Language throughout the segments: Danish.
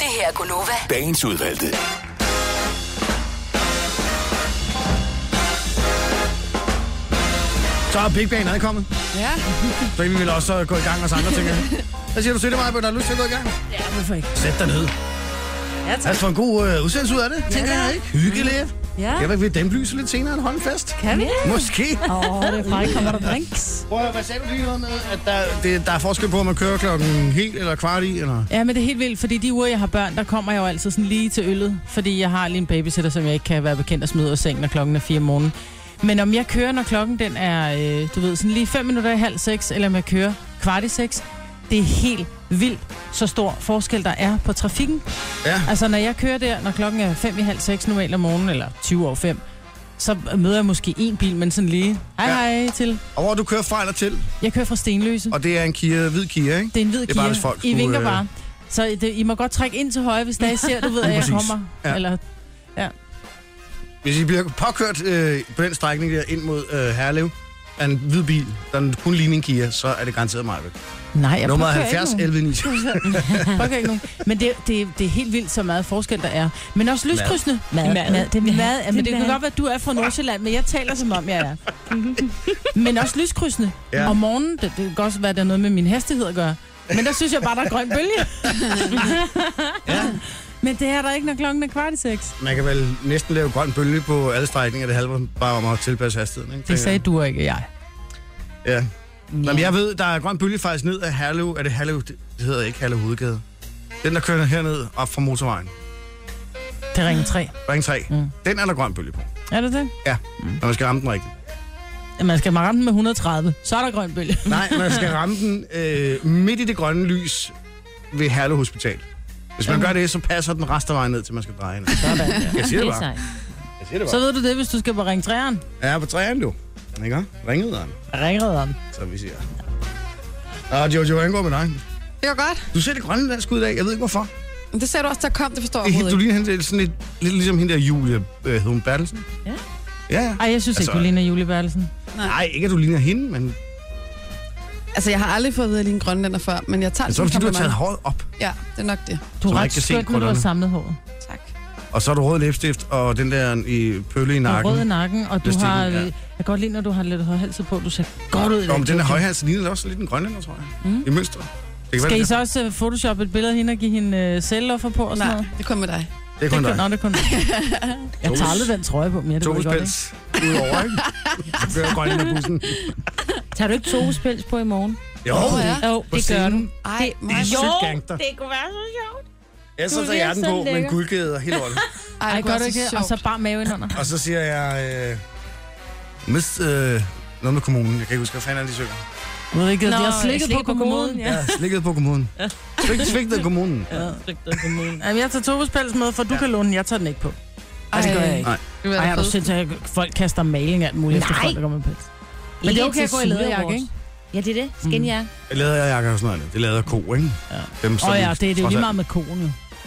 her er Gunova. Dagens udvalgte. Så er Big Bang adkommet. Ja. Så kan vi vil også øh, gå i gang med os andre ting. her. Hvad siger du til det, Maja? Har du lyst til at gå i gang? ja, hvorfor ikke? Sæt dig ned. Ja, Lad os få en god øh, udsendelse ud af det, tænker jeg ikke? Hyggeligt. Mm. Ja. Jeg ved ikke, vil dem lyse lidt senere en håndfest? Kan vi? Måske. Åh, oh, det er faktisk, kommer der drinks. Prøv at høre, hvad sagde du lige noget med, at der, det, der er forskel på, om man kører klokken helt eller kvart i, eller? Ja, men det er helt vildt, fordi de uger, jeg har børn, der kommer jeg jo altid sådan lige til øllet, fordi jeg har lige en babysitter, som jeg ikke kan være bekendt at smide ud af sengen, når klokken er fire om morgenen. Men om jeg kører, når klokken den er, øh, du ved, sådan lige 5 minutter i halv seks, eller om jeg kører kvart i seks, det er helt vildt, så stor forskel der er på trafikken. Ja. Altså, når jeg kører der, når klokken er 5 i halv 6 normalt om morgenen, eller 20 over 5, så møder jeg måske en bil, men sådan lige, hej Ja. ja. hej til. Og hvor du kører fra eller til, Jeg kører fra Stenløse. og det er en Kia, hvid Kia, ikke? Det er en hvid Det er bare, Kia. hvis folk I skulle, vinker øh, bare. Så I- det, I må godt trække ind til højre, hvis der I ser, du ved, at jeg præcis. kommer. Ja. Ja. Eller, Hvis I bliver påkørt øh, på den strækning der ind mod øh, Herlev, af en hvid bil, der kun ligner en Kia, så er det garanteret mig. nej, jeg Nummer påkører 70 ikke 11 90. nogen. Påkører ikke nogen. Men det, det, det er helt vildt, så meget forskel der er. Men også lyskrydsende. Mad. Mad. Det er mad. Ja, men Det det, er kan mad. godt være, at du er fra Nordsjælland, men jeg taler som om, jeg er. men også lyskrydsende. Ja. Ja. Om morgenen, det, det kan godt være, at der er noget med min hastighed at gøre. Men der synes jeg bare, der er grøn bølge. Ja. Men det er der ikke, når klokken er kvart i seks. Man kan vel næsten lave grøn bølge på alle strækninger, det halve bare om at tilpasse hastigheden. Ikke? Det sagde du og ikke, jeg. Ja. Nå, men jeg ved, der er grøn bølge faktisk ned af Herlev. Er det Herlev? Det det hedder ikke Herlev Hovedgade. Den, der kører herned op fra motorvejen. Det ringer tre. Ring 3. Mm. Den er der grøn bølge på. Er det det? Ja, når man skal ramme den rigtigt. Man skal ramme den med 130, så er der grøn bølge. Nej, man skal ramme den øh, midt i det grønne lys ved Herlev Hospital. Hvis man gør det, så passer den resten af vejen ned, til man skal dreje ind. Jeg siger det Helt bare. sejt. Jeg siger det Så bare. ved du det, hvis du skal på Ring 3'eren. Jeg er på træerne, du. Ikke? Ringlederen, Ringrederen. som vi siger. Og Jojo, hvordan går det med dig? Det var godt. Du ser det grønlandsk ud i dag. Jeg ved ikke, hvorfor. Men Det sagde du også, der kom, det forstår jeg Det er helt, du ligner hende, overhovedet ikke. det er sådan lidt, lidt ligesom hende der Julia øh, hed hun Bertelsen. Ja. Ja, ja. Ej, jeg synes Altså- altså, ikke, du ligner Julie Bertelsen. Nej, ikke at du ligner hende, men Altså, jeg har aldrig fået at vide, at jeg ligner grønlænder før, men jeg tager jeg det tror, som fordi du har kompliment. taget håret op, Ja, det er nok det. Du Så er man ret ikke kan se skørt, når du har krøllerne. samlet håret. Tak. og så har du rød læbstift og den der øh, i pølle i Du har nakken. rød i nakken, og du Hvis det har... ikke- ja. Ja. Jeg kan godt lide, når du har lidt højhalset på. Du ser godt ud. i Nå, men den der klub. højhals ligner også lidt en grønlænder, tror jeg. Mm. I mønster. Det kan Skal I det så også uh, photoshoppe et billede af hende og give hende uh, selvloffer på og sådan Nej, noget? det kom med dig. er- det er Det kun er dig. kun, nå, det er kun Jeg tager aldrig den trøje på mere, det ved Toges jeg godt, ikke? pels udover, ikke? Så kører grønlænderbussen. Tager du ikke to spils på i morgen? Jo, Hvor er? Jo, På det gør du. scenen. Ej, mig. er Jo. sygt gangster. det kunne være så sjovt. Jeg så Du tager jeg den virker på så med en lækker. guldkæde og helt rundt. Ej, Ej, det gør var du ikke det? Og så sjovt. bare maven under. Og så siger jeg... Øh, Mist, øh, noget med kommunen. Jeg kan ikke huske, hvad fanden er de synger. Jeg ved ikke, Nå, de har slikket på kommoden. Ja. Ja, slikket på kommunen. Svigt, svigtet kommunen. Jamen, jeg tager Tobes pels med, for du Ja. ja. kan låne den. Jeg tager den ikke på. Ej, det gør jeg ikke. Nej. Du er Ej, er du fed. sindssygt, at folk kaster maling og alt muligt efter Nej. folk, der kommer med pels. Men det er okay at gå i læderjakke, ikke? Ja, det er det. Skinjakke. Jeg lader jeg og sådan noget. andet. Det lader ko, ikke? Ja. Dem, Åh som oh, ja, det er det er jo trods lige alt- meget med koen, jo. Den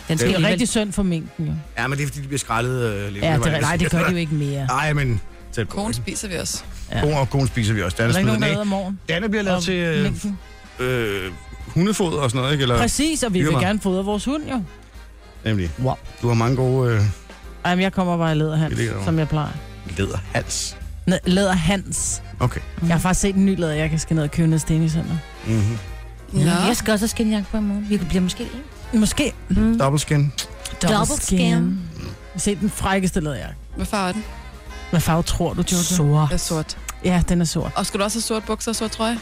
Det skal er jo rigtig rigtig... synd for minken, jo. Ja, Ja, men det er fordi, de bliver skrællet øh, levende. det, er- var nej, jeg det gør de jo lige- ikke mere. Nej, men tæt på. Kogen ikke? spiser vi også. Ja. Koen og koen spiser vi også. Er Danne, der ikke nogen, der smider æder om morgenen? Danne bliver Og lavet til øh, minken. øh, hundefod og sådan noget, ikke? Eller, Præcis, og vi vil Dyrmar. gerne fodre vores hund, jo. nemlig. Wow. Du har mange gode øh, Jamen, jeg kommer bare i læderhans, Vi ligger der. som jeg plejer. læderhals. Ned, læderhans. Okay. Jeg har faktisk set en ny læder, jeg kan skal ned og købe ned i Center. Mm-hmm. Nå. Jeg skal også have skinjakke på i morgen. Vi kan blive måske en. Måske Mm. Double skin. double skin. skin. Se den frækkeste læderjakke. Hvad farve er den? Hvad farve tror du, Jojo? Sort. Jeg er sort. Ja, den er sort. Og skal du også have sort bukser og sort trøje?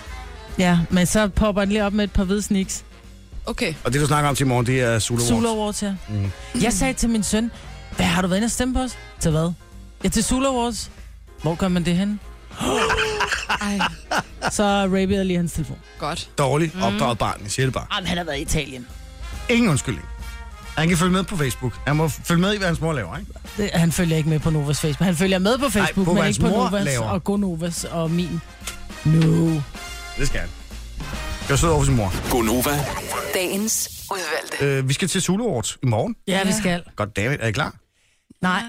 Ja, men så popper den lige op med et par hvide sneaks. Okay. Og det, du snakker om til i morgen, det er Sula Awards. Sula Awards, ja. Mhm. Mm. Jeg sagde til min søn, hvad har du været inde og stemme på os? Til hvad? Ja, til Sula Awards. Hvor gør man det hen? Ej, Så rapede jeg lige hans telefon. godt. Mm. Dårligt opdraget barn. Jeg siger det bare. Jamen, han har været i Italien. Ingen undskyldning. Han kan følge med på Facebook. Han må følge med i, hvad hans mor laver, ikke? Det, han følger ikke med på Novas Facebook. Han følger med på Facebook, på, hvad Ej, men hans ikke på mor Novas laver. og Gonovas og min. No. Det skal han. Jeg sidder over for sin mor. Gonova. Dagens udvalgte. Øh, vi skal til Sula Awards i morgen. Ja, vi skal. Godt, David. Er I klar? Nej.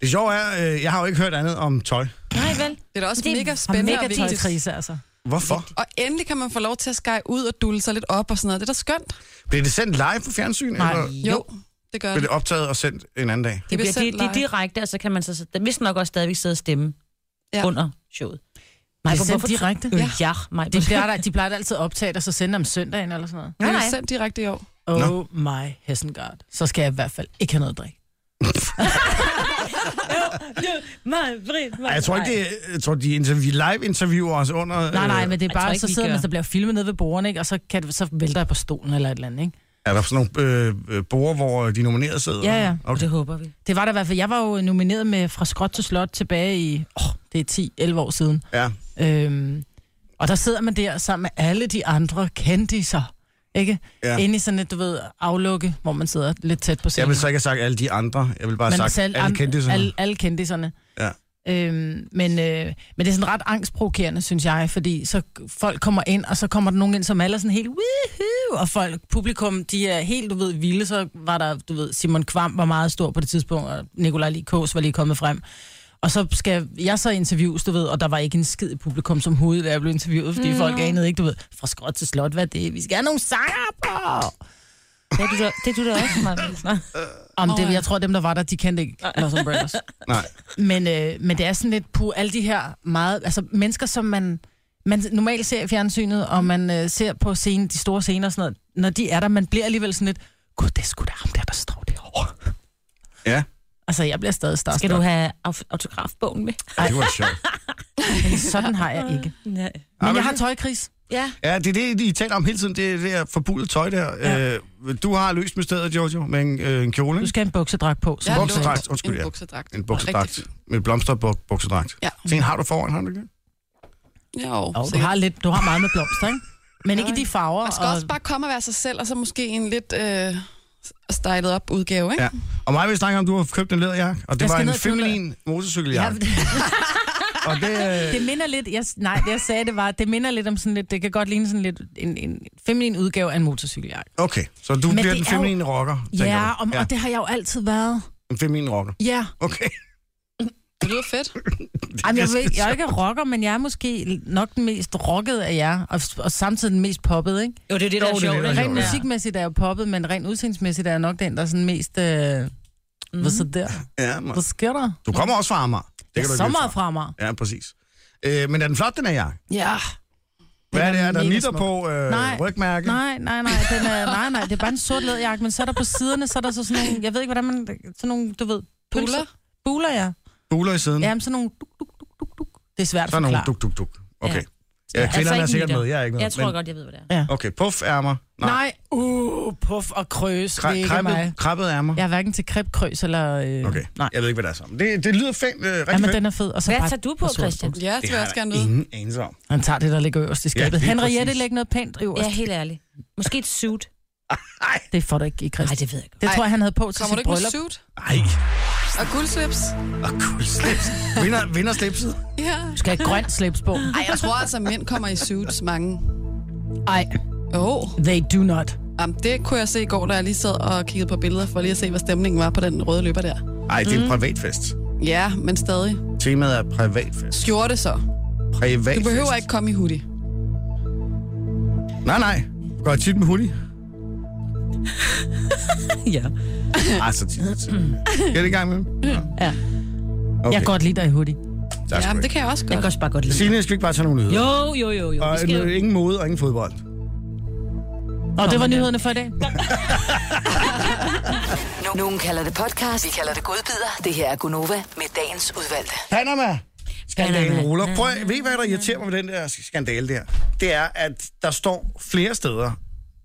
Det sjove er, øh, jeg har jo ikke hørt andet om tøj. Nej, vel? Det er da også Det er- mega Har spændende mega og vigtigt. tøjkrise, altså. Hvorfor? Og endelig kan man få lov til at skære ud og dulle sig lidt op og sådan noget. Det er da skønt. Bliver det sendt live på fjernsyn? Nej. Eller Jo, det gør bliver det. det optaget og sendt en anden dag? Det bliver bliver de, sendt de, live. direkte, og så kan man så der vist nok også stadigvæk sidde og stemme Ja. ja. under showet. Nej, hvor- det er sendt hvorfor- direkte. Øh, Ja. Ja, mig. De plejer, da- de plejer da altid at optage dig, så sende om søndagen eller sådan noget. Det Nej, er nej. sendt direkte i år. Oh Nå. Nå. my hessengard. Så skal jeg i hvert fald ikke have noget drik. Mig, Britt, mig. Ej, jeg tror ikke, det er, jeg tror, de interview, live interviewer os under... Nej, nej, øh, men det er Jeg bare, tror ikke, ikke, så vi sidder gør. man, så bliver filmet nede ved bordene, ikke? og så, kan, det- så vælter jeg på stolen eller et eller andet. Ikke? Er der sådan nogle øh, øh, borer, hvor de nominerede sidder? Ja, ja. Okay. Det håber vi. Det var der i hvert fald. Jeg var jo nomineret med Fra Skråt til Slot tilbage i, åh, det er 10-11 år siden. ja. Øhm, og der sidder man der sammen med alle de andre kendiser, ikke? Ja. Ja. Inde i sådan et, du ved, aflukke, hvor man sidder lidt tæt på Jeg scenen. vil så ikke have sagt alle de andre. Jeg vil bare have Men altså, sagt alle, alle kendte sig. Alle, alle kendiserne. Ja. Øhm, men, øh, men det er sådan ret angstprovokerende, synes jeg, fordi så folk kommer ind, og så kommer der nogen ind, som alle er sådan helt woohoo, og folk, publikum, de er helt, du ved, vilde. Så var der, du ved, Simon Kvam var meget stor på det tidspunkt, og Nikolaj Likås var lige kommet frem. Og så skal jeg så interviews, du ved, og der var ikke en skid i publikum som hoved, da jeg blev interviewet, fordi mm. folk anede ikke, du ved, fra skråt til slot, hvad det er. Vi skal have nogle sanger på! Det er du da, det er du da også, mig. Om det, Åh, ja. jeg tror, dem, der var der, de kendte ikke Los Umbrellas. Nej. Men, øh, men det er sådan lidt på alle de her meget... Altså mennesker, som man, man normalt ser i fjernsynet, og man øh, ser på scenen, de store scener og sådan noget. Når de er der, man bliver alligevel sådan lidt... Gud, det er sgu da ham der, der står derovre. Ja. Altså, jeg bliver stadig starstruck. Skal du have au- autografbogen med? Ej, det var sjovt. Men sådan har jeg ikke. Nej. Men men jeg har det- tøjkris. Ja, Ja, det er det, I taler om hele tiden. Det er det her forbudte tøj der. Ja. Ja. Øh, du har løst mysteriet, Jojo, med en, øh, en kjole. Du ikke? skal have en buksedragt på. Så Jeg har du- buksedragt, lånt undskyld, ja. En buksedragt. En Rigtig buksedragt. fin. Med blomsterbuk buksedragt. Ja. Så en har du foran, har du ikke? det? Jo, Og du, sikkert. har lidt, du har meget med blomster, ikke? Men ikke i de farver. Man skal og- også bare komme og være sig selv, og så måske en lidt øh, stylet op udgave, ikke? Ja. Og mig vil snakke om, du har købt en læderjakke, og det Jeg var skal en ned og købe feminin Ja, motorcykeljakke. Og det, øh, Det minder lidt, jeg, nej, det jeg sagde, det var, det minder lidt om sådan lidt, det kan godt ligne sådan lidt en, en feminin udgave af en motorcykeljakke. okay, så du Men bliver den det er jo- feminine rocker, tænker Ja, du? og, ja, og det har jeg jo altid været. En feminin rocker. Ja, Okay. Det lyder fedt. Det Jamen, jeg, er ved, lidt jeg er sjovt. ikke rocker, men jeg er måske nok den mest rockede af jer, og, og samtidig den mest poppet, ikke? jo, det er det, der er Jo, det er sjovt. det, der ikke? er Rent ja. musikmæssigt er jeg jo poppet, men rent udseendsmæssigt er jeg nok den, der er sådan mest... Øh, mm. Hvad så der? Ja, man. Hvad sker der? Du kommer også fra Amager. Det Det du er ikke så løbe meget fra mig. fra. Ja, præcis. Øh, men er den flot, den her jakke? Ja. Hvad er Den det, er er der mega nitter smuk. på øh, Nej. rygmærke? Nej, nej, nej, den er, nej, nej, det er bare en sort læderjakke, men så er der på siderne, så er der så sådan nogle, jeg ved ikke, hvordan man, sådan nogle, du ved, pølser- Buller. Buler, ja. Buler i siden. Jamen, sådan nogle duk, duk, duk, duk, duk. Det er svært at Så Mm. er nogle forklare. duk, duk, duk. Okay. Ja, Altså kvinderne er ikke sikkert nitter. med. Jeg er ikke med. Jeg tror men- godt, jeg ved, hvad det er. Okay, puff ærmer. Nej. Nej, uh, puff og krøs, Kræ- det er Kre- ikke mig. krebbet, krebbet ærmer. Jeg er hverken til kreb, krøs eller... Øh, Okay, Nej, jeg ved ikke, hvad det er sammen. Det, det lyder fint, øh, rigtig ja, men fint. den er fed. Og så Hvad bare- tager du på, og sort. Christian? Ja, Det det vil jeg også har gerne jeg vide. ingen anelse om. Han tager det, der ligger øverst i skabet. lige Ja, Henriette, præcis. læg noget pænt øverst. Ja, Ja. helt ærligt. Måske et suit. Det får du ikke i Nej, Christian. det ved jeg godt. Det tror jeg, han havde på til Kommer sit du ikke med bryllup. suit Ej, og guldslips? og cool slips. Vinder, vinder slipset. Ja. Du skal have grønt slips på. Ej, jeg tror altså, mænd kommer i suits, mange. Ej, Åh, they do not. oh, det kunne jeg se i går, da jeg lige sad og kiggede på billeder, for lige at se, hvad stemningen var på den røde løber der. Ej, det er en privatfest. Ja, men stadig. Temaet er privatfest. Skjorte så. Privatfest. Du behøver ikke komme i hoodie. Nej, nej. Går jeg tit med hoodie? Ja. Ej, så tit. Skal det i gang med? Ja. Okay. Jeg Okay, kan godt lide dig i hoodie. tak Ja, skal du men det have. kan jeg også Jeg godt. kan også bare godt lide. Signe, skal vi ikke bare tage nogle nyheder? Jo, jo, jo, jo. Og Vi skal jo. øh, ingen mode og ingen fodbold. Og det var nyhederne for i dag. Nu- Nogen kalder det podcast, vi kalder det godbider. Det her er Gunova med dagens udvalgte. Panama! Skandalen Panama. ruller. Prøv, at- ved I, hvad der irriterer mig med den der skandale der? Det er, at der står flere steder,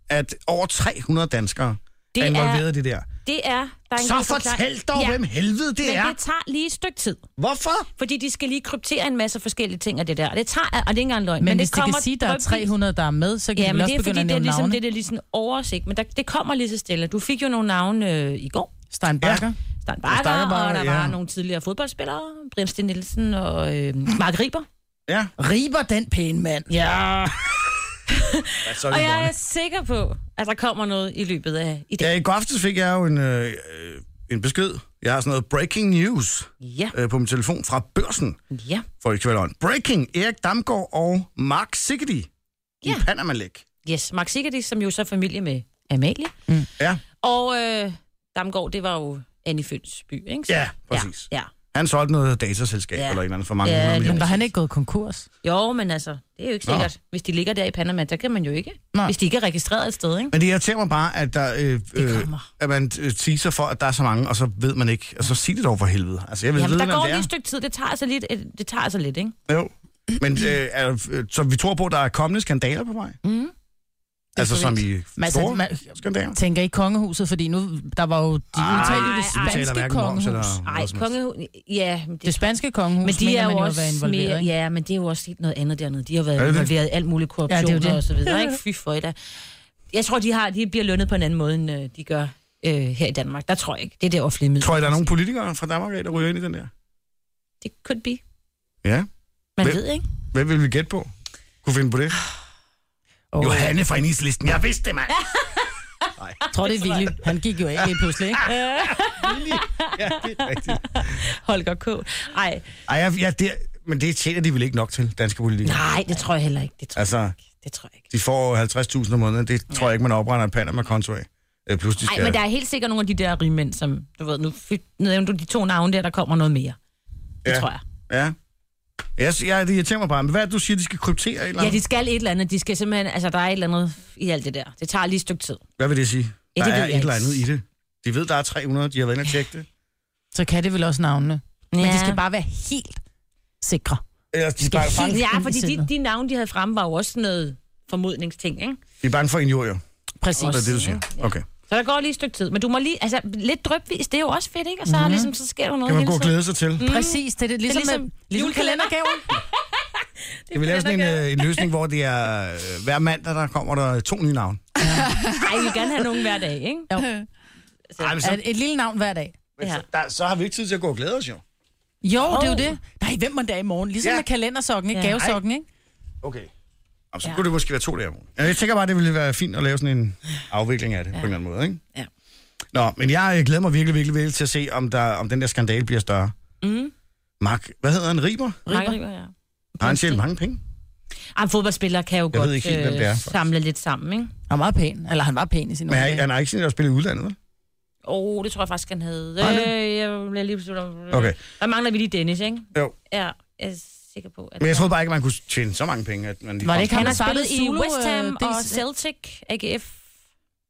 at over 300 danskere det Det er er- involveret i det der. Det er... Der er en Så god forklaring. fortæl dog, ja. hvem helvede det Men er. det tager lige et stykke tid, Hvorfor? fordi de skal lige kryptere en masse forskellige ting af det der. Og det tager, og det er ikke engang en løgn. Men, men hvis det de kan sige, der er drypvis. 300, der er med, så Ja, kan de vel men det også er fordi, begynde at det er nævne ligesom, navne. det, der er ligesom oversigt. Men der, det kommer lige så stille. Du fik jo nogle navne øh, i går. Stein Bakker. Ja. Stein Bakker, Stein Bagger, og der ja. ja. var nogle tidligere fodboldspillere. Brian Sten Nielsen og øh, Mark Riber. Ja. Riber den pæne mand. Ja. Hvad så, Og jeg jeg... er sikker på, at der kommer noget i løbet af i dag. Ja, i går aftes fik jeg jo en, øh, øh, en besked Jeg har sådan noget breaking news Ja, øh, på min telefon fra børsen ja. for i kvælderen. Breaking! Erik Damgaard og Mark Sigeti ja. i Ja. Panamalek. Yes, Mark Sigerdi, som jo så er familie med Amalie. Ja, Og øh, Damgaard, det var jo Annie Føns by, ikke? Ja, præcis. Ja, ja. han solgte noget dataselskab ja. Ja. eller en eller anden for mange Ja, hundrede det- Men millioner. var han ikke gået konkurs? Jo, men altså, det er jo ikke Nå. sikkert. Hvis de ligger der i Panama, der kan man jo ikke. Nej. Hvis de ikke er registreret et sted, ikke? Men det irriterer mig bare, at, der, øh, øh, kommer. at man øh, teaser for, at der er så mange, og så ved man ikke. Og så sig det dog for helvede. Altså, jeg vil Jamen, vide, der hvem går det lige er. et stykke tid. Det tager altså lidt, et- det tager altså lidt ikke? Jo. Men øh, er, øh, så vi tror på, at der er kommende skandaler på vej? Mm. Altså som i Men altså, store man- skandaler? Tænker I kongehuset, fordi nu, der var jo, de udtalte jo det ej, ej. Vi taler spanske hverken moms kongehus. eller Nej, noget som helst. konge... Ja, men det, Det spanske kongehus, men de mener er man jo har været også involveret, mere, ikke? ja, men det er jo også helt noget andet dernede. De har Er været det det? involveret i alt muligt korruption Ja, det er jo det. og så videre, ikke? Fy for da. Jeg tror, de, har, de bliver lønnet på en anden måde, end øh, de gør øh, her i Danmark. Der tror jeg ikke. Det er det offentlige middel. Tror I, der er nogle politikere fra Danmark, af, der ryger ind i den der? Det could be. Ja. Man Hvem- ved, ikke? Hvad vil vi gætte på? Kunne finde på det? Oh. Johanne fra Enhedslisten. Jeg vidste det, mand. Jeg tror, det er Willy. Han gik jo af lige pludselig, ikke? ja, det er rigtigt. Holger K. Ej, Ej, jeg, jeg, det, men det tjener de vel ikke nok til, danske politikere? nej, det tror jeg heller ikke. Det tror, Altså, det tror jeg ikke. de får 50.000 om måneden. Det tror jeg ikke, man opretter en Panama-konto af. Øh, Plus, de Nej, skal... men der er helt sikkert nogle af de der rigmænd, som, du ved, nu fy- nu nævnte du de to navne der, der kommer noget mere. Det Ja. tror jeg. Ja. Jeg, jeg, det irriterer mig bare. Men hvad er det, du siger, de skal kryptere et eller Ja, andet? de skal et eller andet. De skal simpelthen, altså der er et eller andet i alt det der. Det tager lige et stykke tid. Hvad vil det sige? Ja, der det ved er jeg et eller ikke. andet i det. De ved, der er 300, de har været inde og tjekke det. Så kan det vel også navnene. Ja. Men de skal bare være helt sikre. Eller de, er bare bange, Helt, ja, ind i fordi de, sindet. de navne, de havde fremme, var jo også sådan noget formodningsting, ikke? de er bange for injurier. Præcis. Det er det, du siger. Okay. Så der går lige et stykke tid. Men du må lige, altså lidt drøbvis, det er jo også fedt, ikke? Og så, mm. ligesom, så sker der noget Mhm. Kan man gå og hele tiden. glæde sig til? Præcis, det er det. Ligesom, Det er ligesom med, ligesom kalendergaven. Skal vi lave sådan en, øh, en løsning, hvor det er øh, hver mandag, der kommer der to nye navne? Ej, vi vil gerne have nogen hver dag, ikke? Altså, Ej, men Er det et lille navn hver dag. men Ja. så, der, så har vi ikke tid til at gå og glæde os, jo. Jo, oh. det er jo det. Nej, hvem man der i morgen? Ligesom Ja. ja. med kalendersokken, ikke? Ja. Gavesokken, ikke? Okay. Jamen, så kunne det måske være to dage om ugen. Ja, Jeg tænker bare, det ville være fint at lave sådan en afvikling af det ja. på en eller anden måde, ikke? Ja. Nå, men jeg øh, glæder mig virkelig, virkelig, virkelig til at se, om, der, om den der skandale bliver større. Mm. Mark, hvad hedder han? Riber? Riber. Riber, ja. Har han tjent mange penge? Ej, fodboldspillere kan jo Jeg ved godt øh, ikke helt, hvem det er, faktisk. samle lidt sammen, ikke? Han var meget pæn. Eller han var pæn i sin Men unge han, dage. han har ikke sådan, at spille i udlandet, vel? Åh, oh, det tror jeg faktisk, han hed. Har han Øh, jeg bliver lige besluttet om... Okay. Der mangler vi lige Dennis, ikke? Jo. Ja, jeg er sikker på, at... Men jeg troede bare ikke, man kunne tjene så mange penge, at man lige Var det kom ikke til- han Han har har spillet startet i Zulu, West Ham øh, og DC. Celtic, AGF.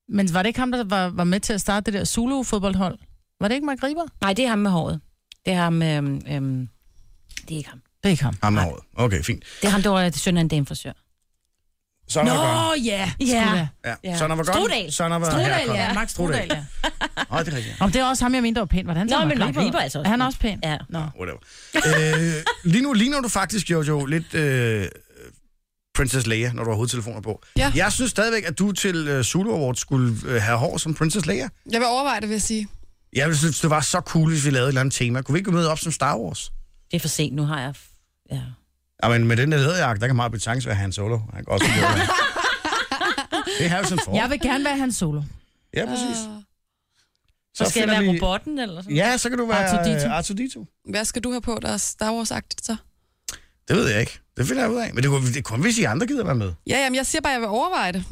Men var det ikke ham, der var, var med til at starte det der Zulu-fodboldhold? Var det ikke Mark Riber? Nej, det er ham med håret. Det er ham... Øhm, øhm, det er ikke ham. Det er ikke ham. Ham med håret. Okay, fint. Det er ham, der var søn af en damefrisør. Så er Nå, der godt. ja. Ja. Yeah. Ja. ja. Sådan var godt. Strudal. Sådan var Strudal, ja. Max Strudal, ja. Åh, det er rigtigt. Om det er også ham, jeg mente, der var pæn. Var det han, Nå, så men Mark Riber er altså også Er han pæn. også pæn? Ja. Nå. Whatever. øh, lige nu ligner du faktisk, Jojo, lidt øh, Princess Leia, når du har hovedtelefoner på. Ja. Jeg synes stadigvæk, at du til øh, Zulu Awards skulle øh, have hår som Princess Leia. Jeg vil overveje det, vil jeg sige. Jeg ville synes, det var så cool, hvis vi lavede et eller andet tema. Kunne vi ikke møde op som Star Wars? Det er for sent, nu har jeg... Ja. Jamen, med den der læderjakke, der kan meget blive chance være Han Solo. Han kan også blive Det er Harrison Ford. Jeg vil gerne være hans solo. Ja, præcis. Så, skal jeg finder være vi- robotten eller sådan Ja, så kan du være R2D2. øh, R2-D2. Hvad skal du have på, der er Star Wars-agtigt så? Det ved jeg ikke. Det finder jeg ud af. Men det kunne, det kunne hvis I andre gider være med. Ja, jamen, jeg siger bare, at jeg vil overveje det.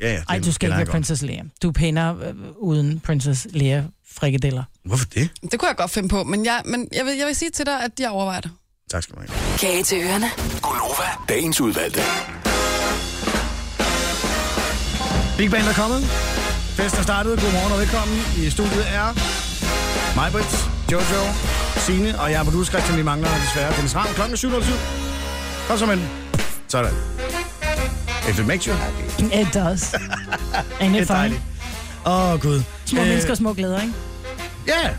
Ja, ja. det Ej, du skal kender ikke jeg være godt. Princess Leia. Du er pænere øh, uden Princess Leia frikadeller. Hvorfor det? Det kunne jeg godt finde på, men jeg, men jeg, vil, jeg vil sige til dig, at jeg overvejer det. Tak skal du have. Kage til ørerne. Gunova, dagens udvalgte. Big Band er kommet. Festen er startet. Godmorgen og velkommen. I studiet er mig, Britt, Jojo, Signe og jeg er producer Christian. Vi mangler desværre Dennis Ravn. Klokken er 7.07. Kom så med den. Sådan. If it makes you happy. It does. Ain't Det it er fun? dejligt. Åh, oh, Gud. Små Øh, mennesker og små glæder, ikke? Ja.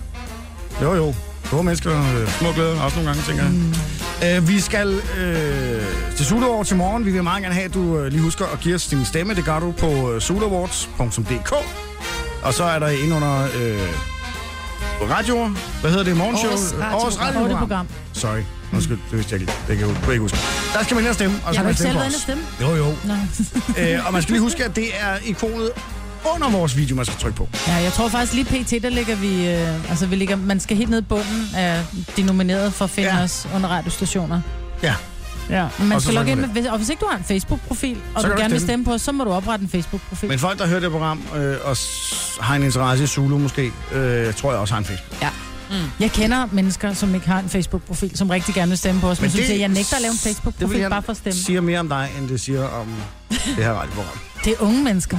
Jo, jo. Store mennesker, øh, små glæder, også nogle gange, tænker jeg. Mm. Øh, vi skal øh, til Sula Awards i morgen. Vi vil meget gerne have, at du øh, lige husker at give os din stemme. Det gør du på øh, sulawards.dk. Og så er der inde under øh, radioer. Hvad hedder det? Morgenshow? Øh, Årets radio- Årets Og det radioprogram. program. Sorry. Undskyld, det vidste jeg ikke. Det kan jeg jo ikke huske. Der skal man ind og stemme. Og så Jeg kan var man ikke selv stemme på inde os. og Jo, jo. Nå. Øh, og man skal lige huske, at det er ikonet under vores video, man skal trykke på. Ja, jeg tror faktisk lige pt, der ligger vi... Øh, altså, vi ligger, man skal helt ned i bunden af de nominerede for at finde Ja. ja. os under radiostationer. Ja. Ja, men man Og så skal logge trykker ind man med, hvis- og hvis ikke du har en Facebook-profil, Så og du kan du gerne vil stemme. stemme på os, så må du oprette en Facebook-profil. Men folk, der hører det program øh, og s- har en interesse i Zulu måske, øh, tror jeg også har en Facebook. Jeg kender mennesker, som ikke har en Facebook-profil, som rigtig gerne vil stemme på os, men, men synes, at jeg nægter at lave en det vil Facebook-profil jeg- bare for at stemme. siger mere om dig, end det siger om det her radioprogram. Det er unge mennesker.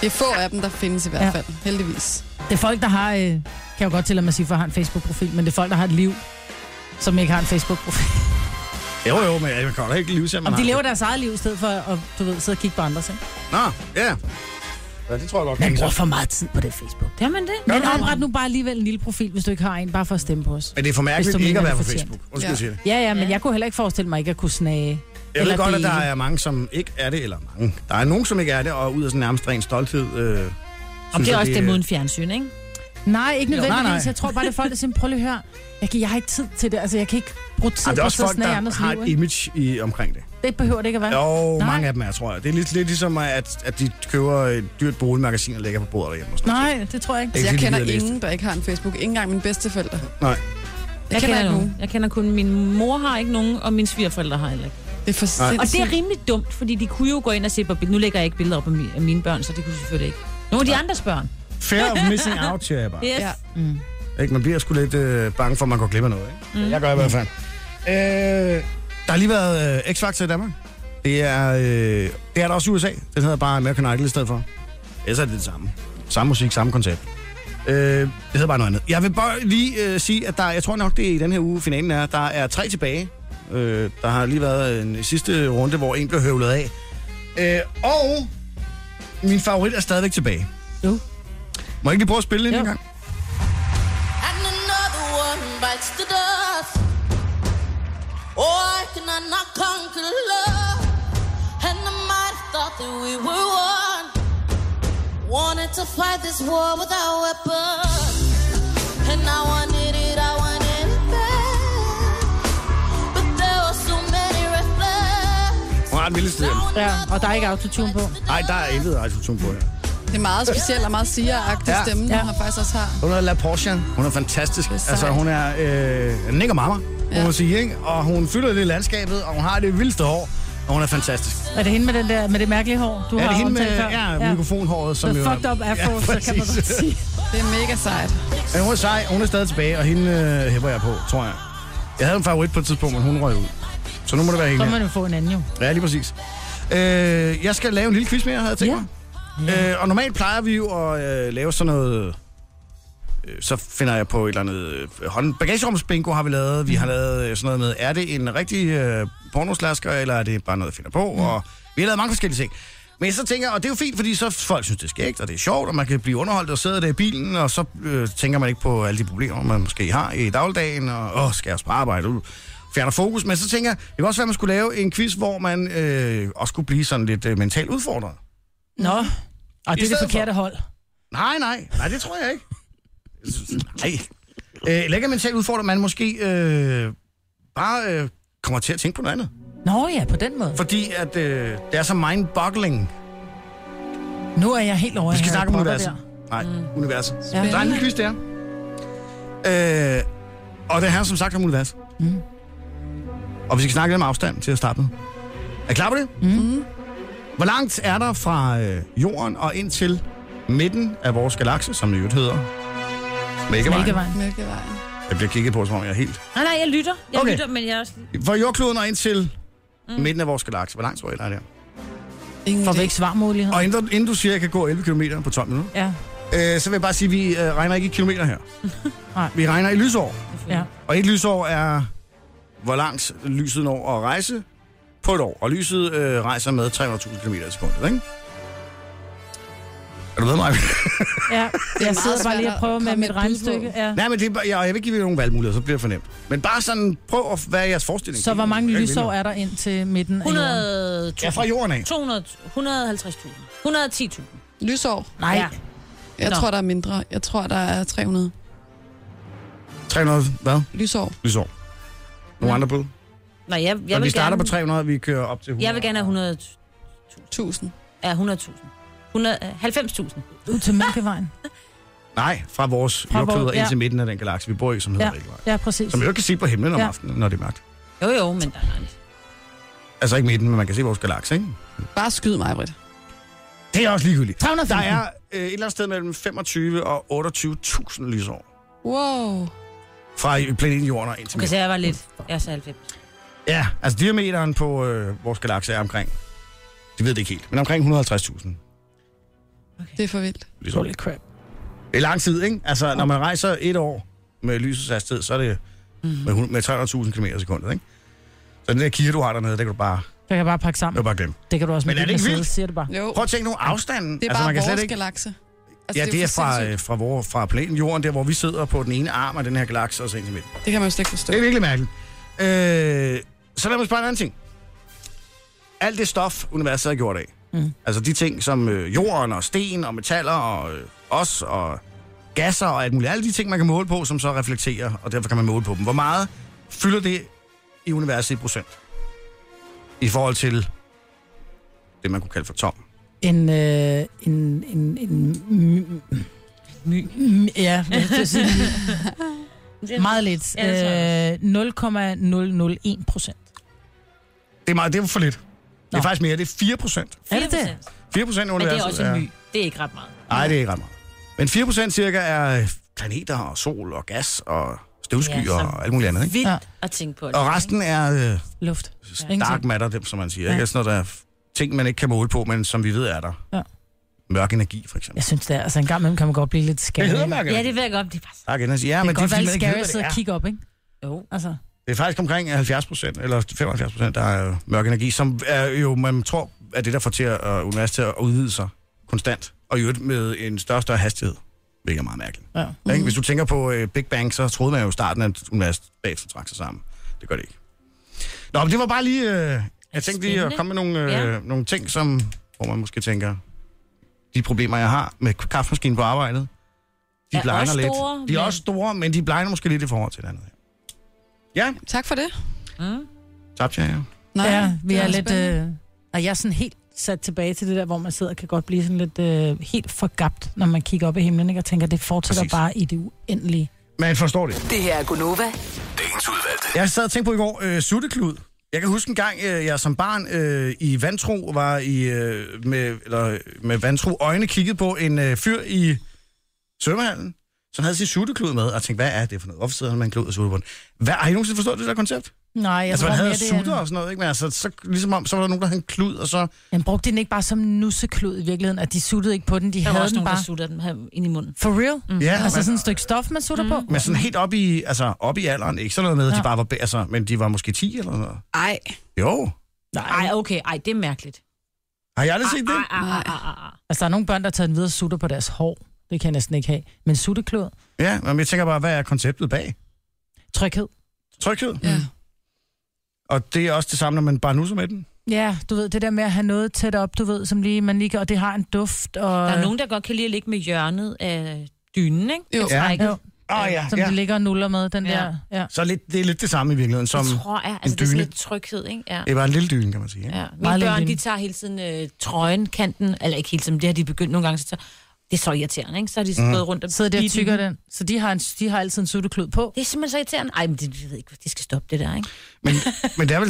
Det er få af dem, der findes i hvert Ja. ja. fald, heldigvis. Det er folk, der har... Øh, kan jeg jo godt til at man sige, for har en Facebook-profil, men det er folk, der har et liv, som ikke har en Facebook-profil. Jo, jo, men jeg kan da ikke leve, Om man de lever deres eget liv, i stedet for at du ved, sidde og kigge på andres. Ikke? Nå, ja. Ja, det tror jeg godt. Man kan. bruger for meget tid på det Facebook. Gør man det? Men opret nu bare alligevel en lille profil, hvis du ikke har en, bare for at stemme på os. Men det er for mærkeligt Hvis du ikke at være mener, på det fortjent. Facebook. Undskyld, ja. Ja. siger det. Ja, ja, men Ja. jeg kunne heller ikke forestille mig ikke at kunne snage. Jeg ved Eller godt, at der dele. er mange, som ikke er det, eller mange. Der er nogen, som ikke er det, og ud af sådan nærmest ren stolthed. Øh, Og det er også dem øh, uden fjernsyn, ikke? Nej, ikke Jo, nej, nødvendigvis. nej. Jeg tror bare, det er folk, der siger, prøv lige at høre. Jeg, kan, jeg har ikke tid til det. Altså, jeg kan ikke bruge Ej, tid det på er at også sidde og folk, snage andres der har liv. et Ikke? image i, omkring det. Det behøver det ikke at være. Jo, Nej. mange af dem er, tror jeg. Det er lidt, lidt ligesom, at, at de køber et dyrt boligmagasin og lægger på bordet derhjemme. Og sådan noget. Nej, det tror jeg ikke. Det er Så jeg ikke kender fordi, vi har læst ingen, der ikke har en Facebook. Ikke engang mine bedsteforældre. Jeg, Nej. Jeg, kender, ikke nogen. Jeg kender kun, min mor har ikke nogen, og mine svigerforældre har heller ikke. Det er for Og det er sindssygt. rimelig dumt, fordi de kunne jo gå ind og se på billeder. Nu lægger jeg ikke billeder op af mi- af mine børn, så det kunne de selvfølgelig ikke. Nogle af de andres børn. Fair of missing out, siger jeg bare. Yes. Ja. Ja. Ikke? Man bliver sgu lidt øh, bange for, at man går glip af noget. Ikke? Mm. Jeg gør i hvert fald. Øh, der har lige været øh, X-Factor i Danmark. Det er, øh, det er der også i USA. Den hedder bare American Idol i stedet for. Ellers er det det samme. Samme musik, samme koncept. Øh, det hedder bare noget andet. Jeg vil bare lige øh, sige, at der, jeg tror nok, det er i den her uge, finalen er, der er tre tilbage. Øh, der har lige været en sidste runde, hvor en blev høvlet af. Øh, og min favorit er stadigvæk tilbage. Jo. Må jeg ikke lige prøve at spille den Jo. en gang? And another one bites the dust. Oh, I cannot not conquer love. And I might have thought that we were one. Wanted to fight this war without weapons. And I wanted it, I wanted it bad. But there were so many red flags. Hun har den vildeste stemme. Ja, og der er ikke autotune på. Nej, der er intet autotune på her. Det er meget specielt og meget sigeragtig Ja. ja. stemme, ja. Ja. hun har faktisk også har. Hun hedder La Porsche. Hun er fantastisk. Det er altså, sejt. hun er øh, en mamma, må Ja. man sige, ikke? Og hun fylder det i landskabet, og hun har det vildeste hår, og hun er fantastisk. Er det hende med, den der, med det mærkelige hår, du er har det hende med omtalt før? ja, mikrofonhåret, som The jo... fucked up afro, Ja, så kan man godt præcis. sige. Det er mega sejt. Men hun er sej, hun er stadig tilbage, og hende øh, hæpper jeg på, tror jeg. Jeg havde en favorit på et tidspunkt, men hun røg ud. Så nu må det være hende Så her. må man jo få en anden jo. Ja, lige præcis. Øh, jeg skal lave en lille quiz mere, havde jeg tænkt Ja. mig. Øh, og normalt plejer vi jo at øh, lave sådan noget... øh, Så finder jeg på et eller andet øh, hånd... Bagagerumsbingo har vi lavet. Vi har lavet øh, sådan noget med, er det en rigtig øh, pornoslasker, eller er det bare noget, jeg finder på? Mm. Og vi har lavet mange forskellige ting. Men så tænker jeg, og det er jo fint, fordi så folk synes, det er skægt, og det er sjovt, og man kan blive underholdt og sidde der i bilen, og så øh, tænker man ikke på alle de problemer, man måske har i dagligdagen, og åh, skal jeg også på arbejde ud? fjerner fokus, men så tænker jeg, det kan også være, at man skulle lave en quiz, hvor man øh, også kunne blive sådan lidt øh, mentalt udfordret. Nå, og det er det stedet for- forkerte hold. Nej, nej. Nej, det tror jeg ikke. Jeg synes- Nej. Øh, eller ikke, at man selv udfordrer, man måske øh, bare øh, kommer til at tænke på noget andet. Nå ja, på den måde. Fordi at, øh, det er så mind-boggling. Nu er jeg helt over i Vi skal Harry snakke om Potter universet. Nej, universet. Ja. Der er en lille quiz der. Øh, og det handler som sagt om universet. Mm. Og vi skal snakke lidt om afstand til at starte med. Er I klar på det? Mm. Hvor langt er der fra øh, jorden og ind til midten af vores galakse, som det i øvrigt hedder? Der. Mælkevejen. Mælkevejen. Mælkevejen. Jeg bliver kigget på, som om jeg er helt... Nej, nej, jeg lytter. Jeg Okay. okay. lytter, men jeg er også... Fra jordkloden og ind til mm. midten af vores galakse. Hvor langt tror I, der er der? Ingen Får vi idé. ikke svarmulighed? Og inden, du- inden du siger, at jeg kan gå 11 km på 12 minutter, Ja, øh, så vil jeg bare sige, at vi øh, regner ikke i kilometer her. Nej. Vi regner i lysår. ja. Og et lysår er, hvor langt lyset når at rejse på et år. Og lyset øh, rejser med 300.000 km i sekundet, ikke? Er du med mig? ja. Jeg meget sidder bare svært lige og at prøver med komme med mit et bud regnestykke. på. Ja. Nej, men det er, bare- jeg, jeg vil ikke give jer nogen valgmuligheder, så bliver det for nemt. Men bare sådan, prøv at være jeres forestilling. Så hvor mange Jeg vil lysår vinde. er der ind til midten af jorden? 100... Ja, fra jorden af. 200... 150.000. 110.000. Lysår. Nej. Ja. Jeg Nå. tror, der er mindre. Jeg tror, der er 300. 300, hvad? Lysår. Lysår. Nogle andre bud? Nej, jeg, jeg Så vil vi starter gerne... på 300, vi kører op til 100. Jeg vil gerne have 100... 1000. Ja, 100.000. 100 90.000. Ud til Mælkevejen. Nej, fra vores Fra fra vores- jordkloder ja. ind til midten af den galakse, vi bor i, som hedder Ja, ja. Mælkevej. ja, præcis. Som jeg jo kan se på himlen om Ja. ja. aftenen, når det er mørkt. Jo, jo, men der er en... Altså ikke midten, men man kan se vores galakse, ikke? Bare skyd mig, Britt. Det er også ligegyldigt. 315. Der er øh, et eller andet sted mellem 25 og 28.000 lysår Wow. fra planeten Jorden og ind til Okay, midten. så jeg var lidt... Jeg så 90. Ja, altså diameteren på øh, vores galakse er omkring, det ved det ikke helt, men omkring 150.000. Det er for vildt. lysår. Holy crap. Det er lang tid, ikke? Altså, når man rejser et år med lysets hastighed, så er det Mhm. med, hun- med 300.000 km i sekundet, ikke? Så den der kire, du har dernede, det kan du bare, Der kan jeg bare pakke det sammen. kan du bare glemme. Det kan du også Men med er det din ikke Mercedes, vildt? Siger det bare. Jo, Prøv at tænke nogle afstanden. Altså, det er bare man kan vores slet ikke... galakse. Altså, Ja, jo det er for fra, øh, sindssygt. fra, vor, fra planen Jorden, der hvor vi sidder på den ene arm af den her galakse og så ind til midten. Det kan man jo slet ikke forstå. Det er virkelig mærkeligt. Øh, så lad mig spørge en anden ting. Alt det stof, universet er gjort af, mm. altså de ting som øh, jorden og sten og metaller og øh, os og gasser og alt muligt, alle de ting, man kan måle på, som så reflekterer, og derfor kan man måle på dem. Hvor meget fylder det i universet i procent? I forhold til det, man kunne kalde for tom. En, øh, en, en, en, en my. my. Ja, jeg skulle sige my. Meget lidt. Ja, det tror Øh, 0,001 procent. Det er, meget, det er for lidt. Nå. Det Nå. er faktisk mere, det er 4 procent. Er det det? 4%. 4 procent af Men universet det er også en my. Det er ikke ret meget. Nej, det er ikke ret meget. Men 4% cirka er øh, planeter og sol og gas og støvskyer Ja, ja, så- og alt muligt andet. Ikke? Vildt Ja. at tænke på. Og resten er øh, Luft. dark matter, dem, som man siger. Ja. Ja. Ikke? Sådan noget, der er f- ting, man ikke kan måle på, men som vi ved er der. Ja. Mørk energi, for eksempel. Jeg synes, det er, altså en gang imellem kan man godt blive lidt skæv. Det ikke? hedder mørk Ja, energi. det ved jeg godt. Det er bare... Dark energy. Ja, Det men kan det er godt være fordi, lidt man ikke ved, skæv at hvad sidde det og er. kigge op, ikke? Jo. Altså, Det er faktisk omkring 70 procent, eller 75 procent, der er øh, mørk energi, som er jo, man tror, er det, der får til at, øh, universet til at udvide sig konstant, og i øvrigt med en større og større hastighed, hvilket er meget mærkeligt. ja. Mm. Ikke? Hvis du tænker på øh, Big Bang, så troede man jo i starten, at universitetet trak sig sammen. Det gør det ikke. Nå, men det var bare lige... Øh, jeg tænkte lige at Spændende. komme med nogle, øh, Ja. ja. nogle ting, som, hvor man måske tænker, de problemer, jeg har med kaffemaskinen på arbejdet, de Er blegner også lidt. store, de er men- også store, men de blegner måske lidt i forhold til det andet. Ja, Tak for det. hmm? tabte jeg jer. Nej, ja vi det er, også lidt... spændende. Øh, og jeg er sådan helt sat tilbage til det der, hvor man sidder og kan godt blive sådan lidt øh, helt forgabt, når man kigger op i himlen, ikke? og tænker, det fortsætter Præcis. Præcis. bare i det uendelige. Man forstår det. Det her er Gunova. Dagens udvalgte. Jeg sad og tænkte på i går, øh, sutteklud. Jeg kan huske en gang, øh, jeg som barn øh, i vantro var i, øh, med, eller, med vantro øjne kigget på en øh, fyr i svømmehallen, som havde sin sutteklud med, og tænkte, hvad er det for noget? Hvorfor sidder han med en klud og sutter på den? Hvad, har I nogensinde forstået det der koncept? Nej, jeg altså, tror man havde mere, det er... sutter og sådan noget, ikke? Men altså, så, ligesom om, så var der nogen, der havde en klud, og så... Men brugte de den ikke bare som nusseklud i virkeligheden, at de suttede ikke på den, de Der var havde også den nogen, der bare... sutter den her ind i munden. For real? Mm. Ja, Altså men- sådan et stykke stof, man sutter mm. på? men sådan helt op i, altså, op i alderen, ikke sådan noget med, at de Ja. bare var, bæ- altså, men de var måske 10 eller noget. Ej, Jo, Nej, okay. Ej, det er mærkeligt. Ah, har jeg aldrig set det? Ej, ej, ej, ej, ej. Altså, der er nogle børn, der tager den videre og sutter på deres hår. Det kan jeg næsten ikke have. Men sutteklod, Ja, men jeg tænker bare, hvad er konceptet bag? tryghed. Tryghed? ja. Og det er også det samme, når man bare nusser med den. Ja, du ved, det der med at have noget tæt op, du ved, som lige, man lige kan, og det har en duft, og... Der er nogen, der godt kan lide at ligge med hjørnet af dynen, ikke? Jo. Ja. Trækket. Jo, Åh oh, ja, som ja. de ligger og nuller med, den Ja. ja. der. Ja. Så lidt, det er lidt det samme i virkeligheden, som... det tror jeg. Altså, en det er sådan dyne. lidt tryghed, ikke? Ja. Det er bare en lille dyne, kan man sige. Ikke? ja. Mine Meget børn, lille de dyne. tager hele tiden øh, trøjen, kanten, eller ikke hele tiden, det har de begyndt nogle gange, så tager- det er så irriterende, ikke? Så har de sådan gået rundt og... Sidder der og bidt i tykker den. den. Så de har, en, de har altid en sutteklud på. Det er simpelthen så irriterende. Ej, men det, jeg ved ikke, de skal stoppe det der, ikke? Men, men det, er vel,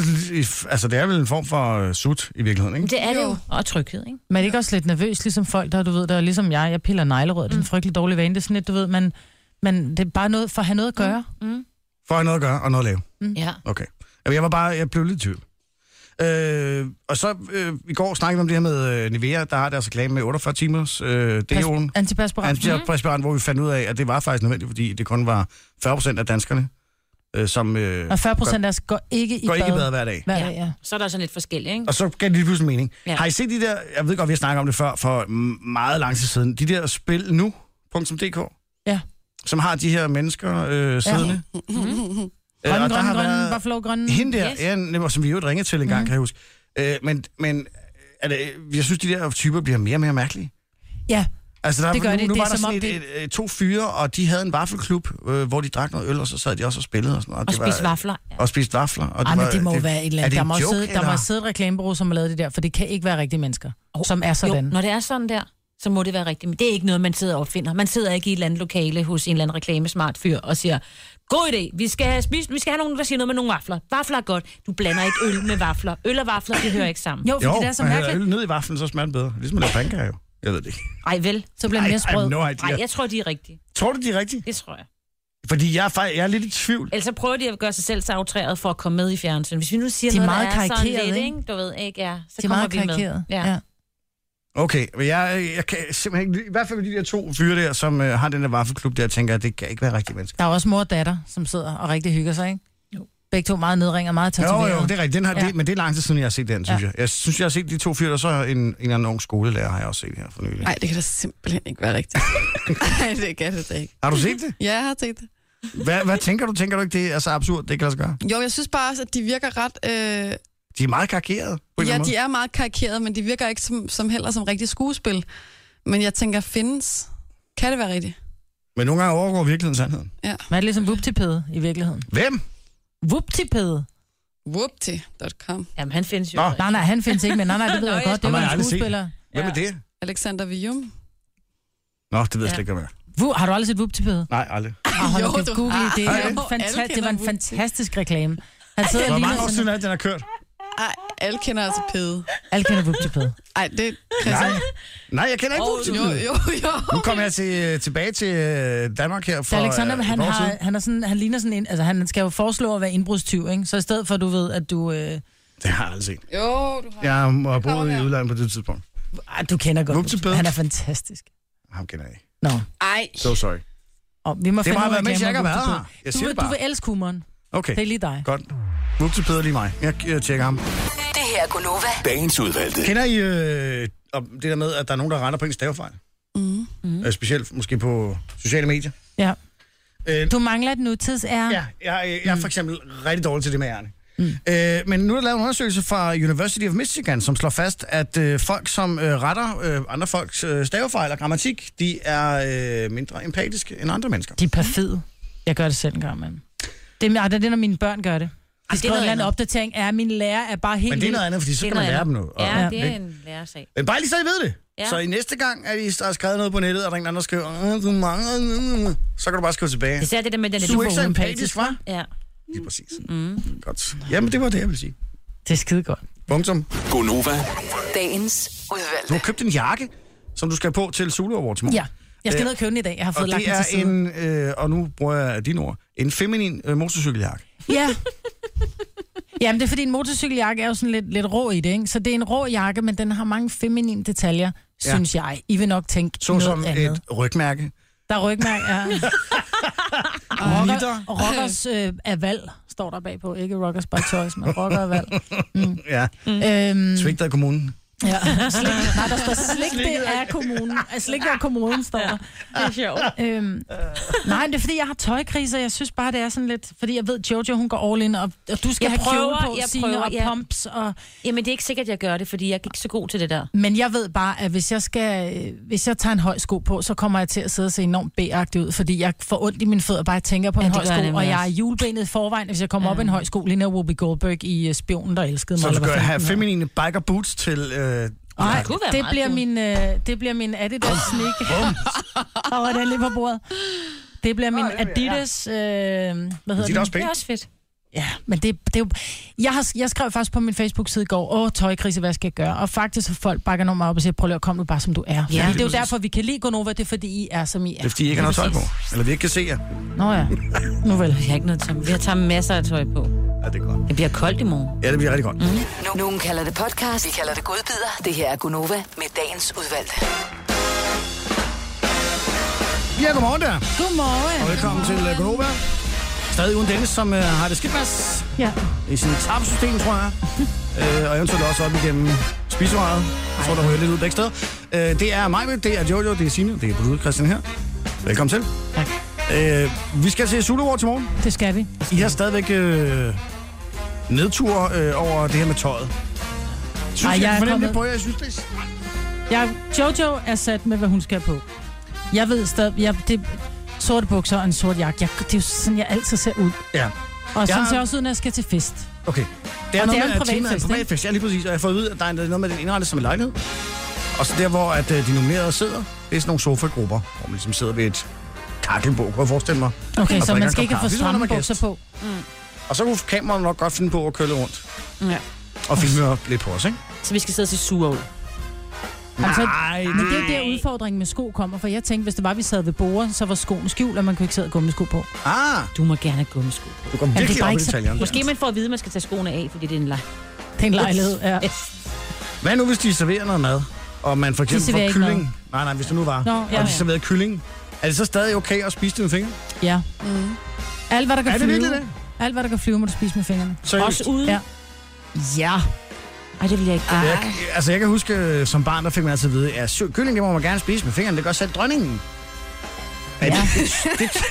altså, det er vel en form for uh, sut i virkeligheden, Men ikke? det er det Jo. jo. Og tryghed, ikke? Men er det ikke også lidt nervøs, ligesom folk der, du ved, der er ligesom jeg, jeg piller neglerød, det er en frygtelig dårlig vane, det er sådan lidt, du ved, man, men det er bare noget for at have noget at gøre. For at have noget at gøre og noget at lave. Mm. Ja. Okay. Jamen, jeg var bare... Jeg blev lidt i tvivl. Øh, og så øh, i går snakkede vi om det her med øh, Nivea, der har deres reklame med 48 timers øh, deoen. Pas- Mhm. Antiperspirant. Antipræsperant, hvor vi fandt ud af, at det var faktisk nødvendigt, fordi det kun var 40 procent af danskerne, øh, som øh, Og 40 procent af os går ikke i går bad. ikke i bad hver dag. Hver dag, ja. Så er der sådan lidt forskelligt, ikke? Og så gav det lige pludselig mening. Ja. Ja. Har I set de der, jeg ved godt, vi har snakket om det før, for m- meget lang tid siden, de der spil nu.dk, Ja. som har de her mennesker øh, siddende. Ja. Øh, Grønne, grønne, grønne, grønne, buffalo, grønne. Hende der, yes. Yes. ja, nemlig, som vi jo ringede til en Mm-hmm. gang, mm. kan jeg huske. Øh, men men er det, jeg synes, de der typer bliver mere og mere mærkelige. Ja, Altså, der, Det gør nu, det. Nu Det er var der som om, sådan et, et, et, to fyre, og de havde en vaffelklub, øh, hvor de drak noget øl, og så sad de også og spillede og sådan Og noget. det spiste vafler, ja. Og spiste vafler. Og Ej, Ah, men det må jo være et eller Er andet. det Der en må, joke, sidde, der må eller? sidde et reklamebureau, som har lavet det der, for det kan ikke være rigtige mennesker, oh, som er sådan. Jo, når det er sådan der, så må det være rigtigt. Men det er ikke noget, man sidder og opfinder. Man sidder ikke i et eller andet lokale hos en eller anden reklamesmart fyr og siger, god idé, vi skal have, spist, vi skal have nogen, der siger noget med nogle vafler. Vafler er godt. Du blander ikke øl med vafler. Øl og vafler, det hører ikke sammen. Jo, fordi Jo, det er så og hælder mærkeligt. øl ned i vaflen, så smager den bedre. Ligesom en panka, jo. Jeg ved det ikke. Ej, vel? Så bliver det mere I have sprød. no Nej, idea. jeg tror, de er rigtige. Tror du, de er rigtige? Det tror jeg. Fordi jeg er, fej- jeg er lidt i tvivl. Ellers så prøver de at gøre sig selv så aftræret for at komme med i fjernsyn. Hvis vi nu siger De er noget, meget der er sådan karikerede, lidt, ikke? ikke? Du ved, ikke? Ja, så Det er kommer meget vi med. karikeret. Ja. ja. Okay, men jeg, jeg kan simpelthen ikke... I hvert fald med de der to fyre der, som øh, har den der vaffelklub der, tænker jeg, det kan ikke være rigtige mennesker. Der er også mor og datter, som sidder og rigtig hygger sig, ikke? Jo. Begge to meget nedringer, meget Jo, tatoveret. jo, det er rigtigt. Den har, ja. Ja. det, men det er lang tid siden, jeg har set den, synes ja. Ja. jeg. Jeg synes, jeg har set de to fyre, og så en, en eller anden ung skolelærer har jeg også set her for nylig. Nej, det kan da simpelthen ikke være rigtigt. Nej, det kan det da ikke. Har du set det? Ja, jeg har tænkt det. Hvad, hvad tænker du? Tænker du ikke, det er så absurd, det kan lade sig gøre? Jo, jeg synes bare også, at de virker ret... Øh, De er meget karakteret. På en eller ja, anden de er meget karikerede, men de virker ikke som, som heller som rigtig skuespil. Men jeg tænker, findes... Kan det være rigtigt? måde. Men nogle gange overgår virkeligheden sandheden. Man er det ligesom vuptipede i virkeligheden. Hvem? Vuptipede? Whoopty.com. Jamen, han findes jo. Nå. ikke. Nej, nej, han findes ikke, men nej, nej, det ved Nå, jeg ja. godt. Har Det man var en aldrig set den? skuespiller. Hvem er Ja. det? Alexander Vium. Nå, det ved jeg Ja. slet ikke, hvad det er. Vu- Har du aldrig set vuptipede? Nej, aldrig. Ah, hold Jo, nu kæft, du Google har. det. Ej. Det, var Alle fanta- kender det var en Wupti. fantastisk reklame. Han sidder Hvor lige mange år og siden er det, den har kørt? Ej, alle kender altså pede. Alle kender vuptipede. Ej, det Nej, Christian. Nej jeg kender ikke Jo, oh, jo, jo, jo. Nu kommer jeg til, tilbage til øh, Danmark her for Så Alexander, øh, et han, par år siden. har, han, er sådan, han ligner sådan en... Altså, han skal jo foreslå at være indbrudstyv, ikke? Så i stedet for, at du ved, at du... Øh, Det har jeg aldrig set. Jo, du har... Jeg har boet Kommer i her. udlandet på det tidspunkt. ah, du kender godt Vuptipede. Vuptipede. Han er fantastisk. Ham kender jeg ikke. Nå, Ej. So sorry. og vi må Det finde må have nogle været, mens jeg ikke reklamer har om været her. Vuptipede. Jeg Du, siger det vil- du bare. vil elske humoren. Okay, Det er lige dig. godt. Vup til Peder lige mig. Jeg, jeg tjekker ham. Det her er Gunova. Dagens udvalgte. Kender I øh, om det der med, at der er nogen, der retter på en stavefejl? Mm. Øh, specielt måske på sociale medier. Ja. Øh, Du mangler et nutidsære. Ja, jeg, jeg er Mm. for eksempel rigtig dårlig til det med ærne. Mm. Øh, men nu er der lavet en undersøgelse fra University of Michigan, som slår fast, at øh, folk, som øh, retter øh, andre folks øh, stavefejl og grammatik, de er øh, mindre empatiske end andre mennesker. De er perfide. Jeg gør det selv en gang, mand. Det, er- ej, det er det, når mine børn gør det. De det er skriver en noget eller anden andet. opdatering. Ja, min lærer er bare helt Men det er vild. noget andet, fordi så Det er kan man noget lære dem andet. noget. Ja, det er ikke? en lærersag. Men bare lige så I ved det. Ja. Ja. Så i næste gang, at I har skrevet noget på nettet, og der er en anden, der skriver, "Øh, du mangler, øh, øh," så kan du bare skrive tilbage. Især det der med den... Du er ikke så super empatisk, hva'? Ja. Lige præcis. Mm. Godt. Jamen, det var det, jeg ville sige. Det er skide godt. Punktum. Gonova. Dagens Du udvalgte. har købt en jakke, som du skal på til Zulu Awards i morgen. Ja. Jeg skal Øh, ned og købe den i dag. Jeg har Og fået lagt det den er til side. en, øh, og nu bruger jeg dine ord, en feminin øh, motorcykeljakke. Ja. Jamen, det er fordi en motorcykeljakke er jo sådan lidt, lidt rå i det, ikke? Så det er en rå jakke, men den har mange feminine detaljer, Ja. ja. synes jeg. I vil nok tænke Så noget som andet. et rygmærke. Der er rygmærke, ja. Nitter. Rocker, rockers øh, er valg, står der bagpå. Ikke rockers by choice, men rocker er valg. Mm. Ja, Øhm, svigtet af kommunen. ja. slik, nej, der står slik, det er kommunen. Ah, Slik, det er kommunen, står der. Det er sjovt. Øhm, nej, men det er fordi, jeg har tøjkriser. Jeg synes bare, det er sådan lidt... Fordi jeg ved, Jojo, hun går all in, og, og du skal Jeg have kjole prøver, på, jeg Signe, prøver, og ja. pumps, og... Jamen, det er ikke sikkert, jeg gør det, fordi jeg er ikke så god til det der. Men jeg ved bare, at hvis jeg, skal, øh, hvis jeg tager en høj sko på, så kommer jeg til at sidde og se enormt B-agtig ud, fordi jeg får ondt i mine fødder, bare jeg tænker på Ja, en det høj gør jeg sko, nemlig og jeg er også. julebenet i forvejen, hvis jeg kommer op i en høj sko, lige når Whoopi Goldberg i øh, Spionen, der elskede mig. Så du eller hvad skal have fanden den feminine biker boots til... Øh, hedder. Det kunne være Nej, det meget bliver, cool. min, øh, det bliver min Adidas sneak. og var den lige på bordet? Det bliver min Adidas... Øh, hvad hedder de den? er også Det er pænt. også fedt. Ja, men det, det er jo... Jeg, har, jeg skrev faktisk på min Facebook-side i går, åh, tøjkrise, hvad skal jeg gøre? Og faktisk har folk bakker nummer op og siger, prøv lige at komme nu bare, som du er. Ja, Fordi det er jo præcis. derfor, vi kan lide Gonova, det er fordi, I er, som I Det er. er fordi, I ikke har noget tøj på. præcis. Eller vi ikke kan se jer. Nå ja, nu vel. Jeg har ikke noget tøj. Vi har taget masser af tøj på. Ja, det er godt. Det bliver koldt i morgen. Ja, det bliver rigtig godt. Mm. Nu- Nogen kalder det podcast, vi kalder det godbider. Det her er Gunova med dagens udvalgte. Ja, godmorgen der. Og Godmorgen. velkommen til øh, Gonova. Stadig uden Dennis, som øh, har det skidt med os. Ja. i sin tarmsystem, tror jeg. øh, og eventuelt også op igennem spiserøret. Jeg tror, der hører lidt ud begge steder. Øh, det er mig, det er Jojo, det er Signe, det er Bruder Christian her. Velkommen til. Tak. Øh, vi skal til Zulu Award til morgen. Det skal vi. I har stadigvæk øh, nedtur øh, over det her med tøjet. Synes, Ej, Ej, jeg, jeg jeg er fornemme det kommet- på jer. Jeg synes, det er... Jeg, Jojo er sat med, hvad hun skal have på. Jeg ved stadig, jeg, det sorte bukser og en sort jakke. Jeg, det er jo sådan, jeg altid ser ud. Ja. Og sådan Jeg- ser jeg også ud, når jeg skal til fest. Okay. Det er Og noget med, det er en at temaet er en privatfest, privat fest. Ja, lige præcis. Og jeg har fået at vide, at der er noget med, at den indrettet som en lejlighed. Og så der, hvor at, øh, de nominerede sidder, det er sådan nogle sofagrupper, hvor man ligesom sidder ved et kakkelbog, kunne jeg forestille mig. Okay, Og så drikker man en skal kop ikke få kaffe, ligesom når stramme man er bukser gæst. på. Og så kunne kameraet nok godt finde på at kølle rundt. Ja. Og filme lidt på os, ikke? Så vi skal sidde og se sure ud. Altså, Nej, Men det er jo der udfordringen med sko kommer, for jeg tænkte, hvis det var, vi sad ved bordet, så var skoen skjult, og man kunne ikke sidde og gummisko på. Ah, Du må gerne have gummisko. du kom det er virkelig bare op i ikke så- detaljerne. Måske man får at vide, at man skal tage skoene af, fordi det er en leg. Det er en lejlighed, ja. Hvad nu, hvis de serverer noget mad? Og man for eksempel serverer får ikke kylling. Nej, nej, hvis det nu var. Nå, og ja, de ja. serverer kylling. Er det så stadig okay at spise det med fingre? ja. Mm. Alt, hvad der kan Er det flyve, virkelig det? alt, hvad der kan flyve, må du spise med fingrene. Seriøst? Også ude. Ja. ja. Ej, det vil jeg ikke. Jeg, altså, jeg kan huske, øh, som barn, der fik man altid at vide, at sø- kylling, det må man gerne spise med fingrene. Det gør selv dronningen. Ja. Det, det, det,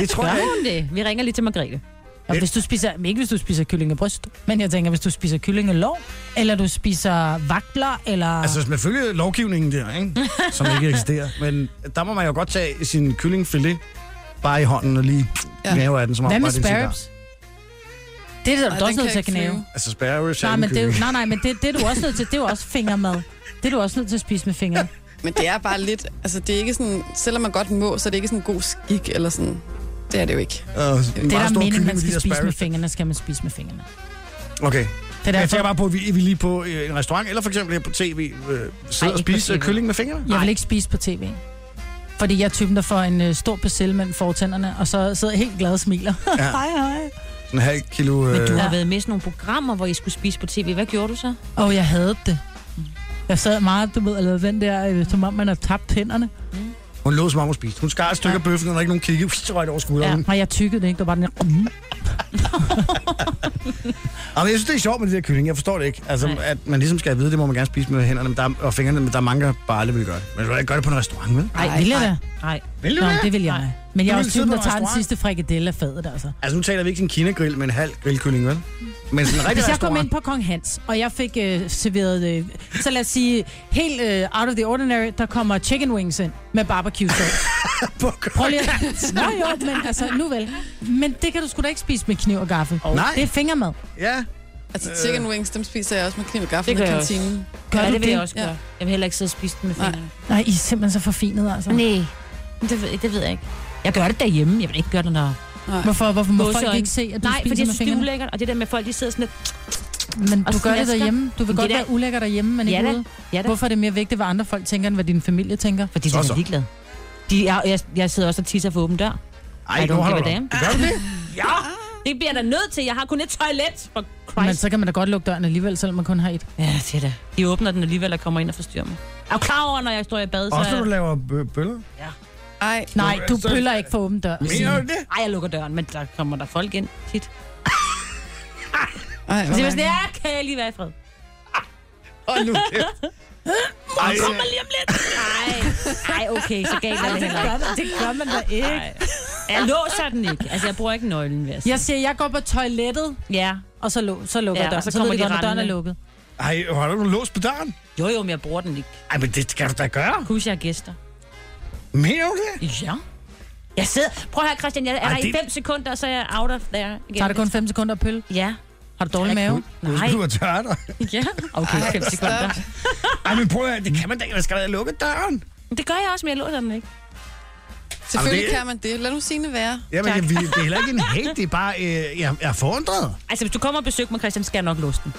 det, tror jeg Gør ikke. hun det? Vi ringer lige til Margrethe. Og hvis du spiser, men ikke hvis du spiser kyllingebryst, men jeg tænker, hvis du spiser kyllingelår, eller du spiser vagtler, eller... Altså, hvis man følger lovgivningen der, ikke? som ikke eksisterer. Men der må man jo godt tage sin kyllingfilet bare i hånden og lige Ja. knæve af den, som om hvad med var det en cigar. sparrows? Det er Ej, du da den også nødt kan til at ikke knæve. flyve. Altså, sparrows er Nej, en men, det, er kylling. jo- nej, nej, men det, det er du også nødt til. Det er jo også fingermad. Det er du også nødt til at spise med fingrene. Men det er bare lidt, altså det er ikke sådan, selvom man godt må, så er det ikke sådan en god skik eller sådan. Det er det jo ikke. Og en Det Øh, meget er stor der meningen, kylling man med de skal der spise med sparrows. fingrene, skal man spise med fingrene. Okay. Det er Men jeg derfor, tænker bare på, at vi, vi lige på øh, en restaurant, eller for eksempel her på tv, øh, sidder Ej, og ikke på spiser TV. kylling med fingrene. Jeg vil ikke spise på tv. Fordi jeg er typen, der får en øh, stor persille mellem fortænderne, og så sidder jeg helt glad og smiler. Ja. hej, hej. Sådan en halv kilo... Øh, Men du har Ja. været med i sådan nogle programmer, hvor I skulle spise på tv. Hvad gjorde du så? Og jeg havde det. Jeg sad meget, du ved, og lavede den der, øh, som om man har tabt tænderne. Hun lå som om hun spiste. Hun skar et stykke af bøffen, og der er ikke nogen kigge. Så røg det over skulderen. Og jeg tykkede det ikke, det var bare den her. Ja. men jeg synes, det er sjovt med det der kylling. Jeg forstår det ikke. Altså, Nej. at man ligesom skal vide, det må man gerne spise med hænderne men der, er- og fingrene, men der er mange, der bare aldrig vil gøre det. Men du vil ikke gøre det på en restaurant, vel? Ej, vil jeg da? Nej. Vil Nå, men det vil jeg. Men jeg Du er vil også sidde typen, på der tager den restaurant. sidste frikadelle af fadet, altså. Altså, nu taler vi ikke sådan en kinagrill med en halv grillkylling, vel? Men sådan en rigtig Hvis jeg kom restaurant. ind på Kong Hans, og jeg fik øh, serveret, øh, så lad os sige, helt øh, out of the ordinary, der kommer chicken wings ind med barbecue sauce. på... Prøv lige at... Nå jo, men altså, nu vel. Men det kan du sgu da ikke spise med kniv og gaffel. Nej. Det er fingermad. Ja. Altså chicken wings, dem spiser jeg også med kniv og gaffel Øh. Det gør i jeg også. kantinen. Gør ja, du det vil jeg det? også Ja. gøre. Jeg vil heller ikke sidde og spise den med Nej. fingrene. Nej, I er simpelthen så forfinet, altså. Nej, det, ved- det ved jeg ikke. Jeg gør det derhjemme. Jeg vil ikke gøre det, når... Hvorfor, hvorfor må folk Gåseøjne. ikke se, at du Nej, for spiser det er med så fingrene? ulækkert. Og det der med, at folk de sidder sådan lidt... Men og du gør det snasker. derhjemme. Du vil Men godt det er være ulækker derhjemme, men Ja ikke da. ude. Ja, da. Hvorfor er det mere vigtigt, hvad andre folk tænker, end hvad din familie tænker? Fordi de Så, er så. da ligeglade. De, jeg, jeg, jeg sidder også og tisser for åben dør. Ej, I nu don't holder give a du. Gør du det? Ja! Det bliver jeg da nødt til. Jeg har kun et toilet. For Men Christ. så kan man da godt lukke døren alligevel, selvom man kun har et. Ja, det er det. De åbner den alligevel og kommer ind og forstyrrer mig. Er du klar over, når jeg står i bad, så... Også når du er- laver bø- bøller? Ej, Nej, du altså- pøller ikke for åben dør. Mener du det? Ej, jeg lukker døren, men der kommer der folk ind tit. Så ej, det hvor er sådan, mærkeligt. ja, kan jeg lige være i fred? Hold nu kæft. Ej, Kom lige om lidt. Nej, nej, okay, så galt er det heller ikke. det gør man da ikke. Ej. Jeg låser den ikke. Altså, jeg bruger ikke nøglen, vil jeg sige. Jeg siger, jeg går på toilettet, Ja. og så, lu- så lukker Ja, jeg døren. og så ved kommer jeg de godt, når døren er rendende. lukket. Ej, holder du lås på døren? Jo, jo, men jeg bruger den ikke. Ej, men det skal du da gøre. Husk, jeg er gæster. Mener du det? Ja. Jeg sidder... Prøv at høre, Christian, jeg er Ej, der i det- fem sekunder, og så er jeg out of there igen. Tager det kun 5 sekunder at pølle? Ja. Har du dårlig mave? Nej. Du er tørter. Ja. Okay, fem sekunder. Ej, men prøv at høre, det kan man da ikke. Man skal da lukke døren. Men Det gør jeg også, men jeg låser den ikke. Selvfølgelig Jamen, det- kan man det. Lad nu sine være. Jamen, Tak. jeg, vi- det er heller ikke en hate, det er bare, øh, jeg, jeg er forundret. Altså, hvis du kommer og besøger mig, Christian, skal jeg nok låse den.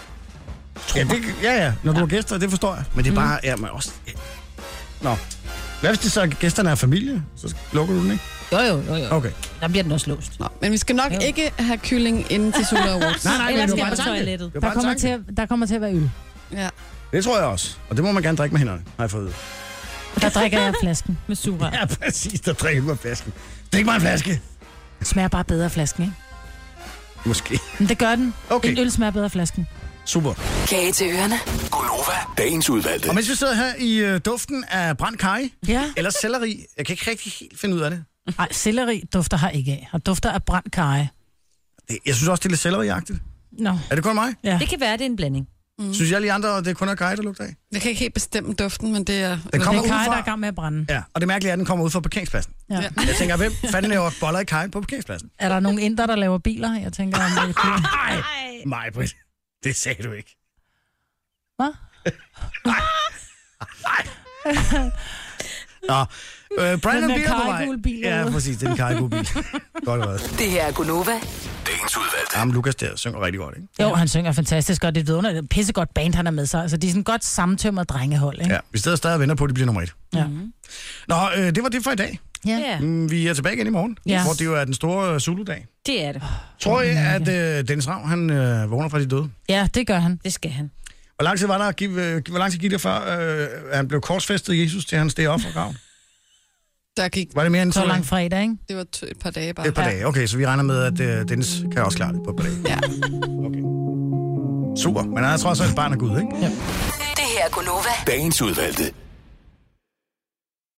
Ja, det, ja, ja, Mm. når du er gæster, det forstår jeg. Men det er bare, ja, men også... Ja. Nå. Hvad hvis det så er, gæsterne er familie? Så lukker du den, ikke? Jo, jo, jo, jo. Okay. Der bliver den også låst. Nå, men vi skal nok Ja. ikke have kylling inden til Sula Awards. Nej, nej, men Ellers det skal jeg var bare på en tanke. toilettet. Det var Der bare en kommer, til tanke. at, der kommer til at være øl. Ja. Det tror jeg også. Og det må man gerne drikke med hænderne, har jeg fået at vide. Der drikker jeg flasken. Med sura. Ja, præcis. Der drikker du af flasken. Det er ikke mig en flaske. Smager bare bedre af flasken, ikke? Måske. Men det gør den. Okay. En øl smager bedre af flasken. Super. Kage til ørerne. Gunova, dagens udvalgte. Og mens vi sidder her i øh, duften af brændt kaj, Ja. eller selleri, jeg kan ikke rigtig helt finde ud af det. Ej, selleri dufter her ikke af. Og dufter af brændt karry. Det- Jeg synes også, det er lidt selleri-agtigt. Nå. Er det kun mig? Ja. Det kan være, det er en blanding. Mm. Synes jeg lige andre, det kun er kaj, der lugter af? Jeg kan ikke helt bestemme duften, men det er... Den Det kommer er Kaja, udefra. der er i gang med at brænde. Ja, og det mærkelige er, at den kommer ud fra parkeringspladsen. Ja. Ja. Jeg tænker, hvem fanden laver boller i kajen på parkeringspladsen? Er der nogen indre, der laver biler? Jeg tænker, om det er Nej, nej, Britt. Det sagde du ikke. Hvad? Nå, øh, Brandon Den der Beer er på vej. kajegule bil Ja, derude. præcis, den kajegule bil. godt været. Det her er Gunova. Dagens udvalgte. Jamen, Lukas der synger rigtig godt, ikke? Jo, han synger fantastisk godt. Det er et vidunderligt. Pissegodt band, han er med sig. Altså, de er sådan et godt samtømmet drengehold, ikke? Ja, vi sidder stadig og venter på, at det bliver nummer et. Mhm. Ja. Nå, øh, det var det for i dag. Ja, Mm, Vi er tilbage igen i morgen, Ja. hvor det jo er den store øh, Zulu-dag. det er det. Tror jeg, at øh, Dennis Rav, han øh, vågner fra de døde? ja, det gør han. Det skal han. Hvor lang tid var der, at give, øh, hvor lang tid gik det før, øh, at han blev korsfæstet Jesus, til han steg op fra graven? Der gik... Var det mere end Så to dage? lang fredag, ikke? Det var t- et par dage bare. Et par dage. Okay, så vi regner med, at øh, Dennis kan også klare det på et par dage. Ja. Okay. Super. Men han er trods alt barn af Gud, ikke? Dagens udvalgte.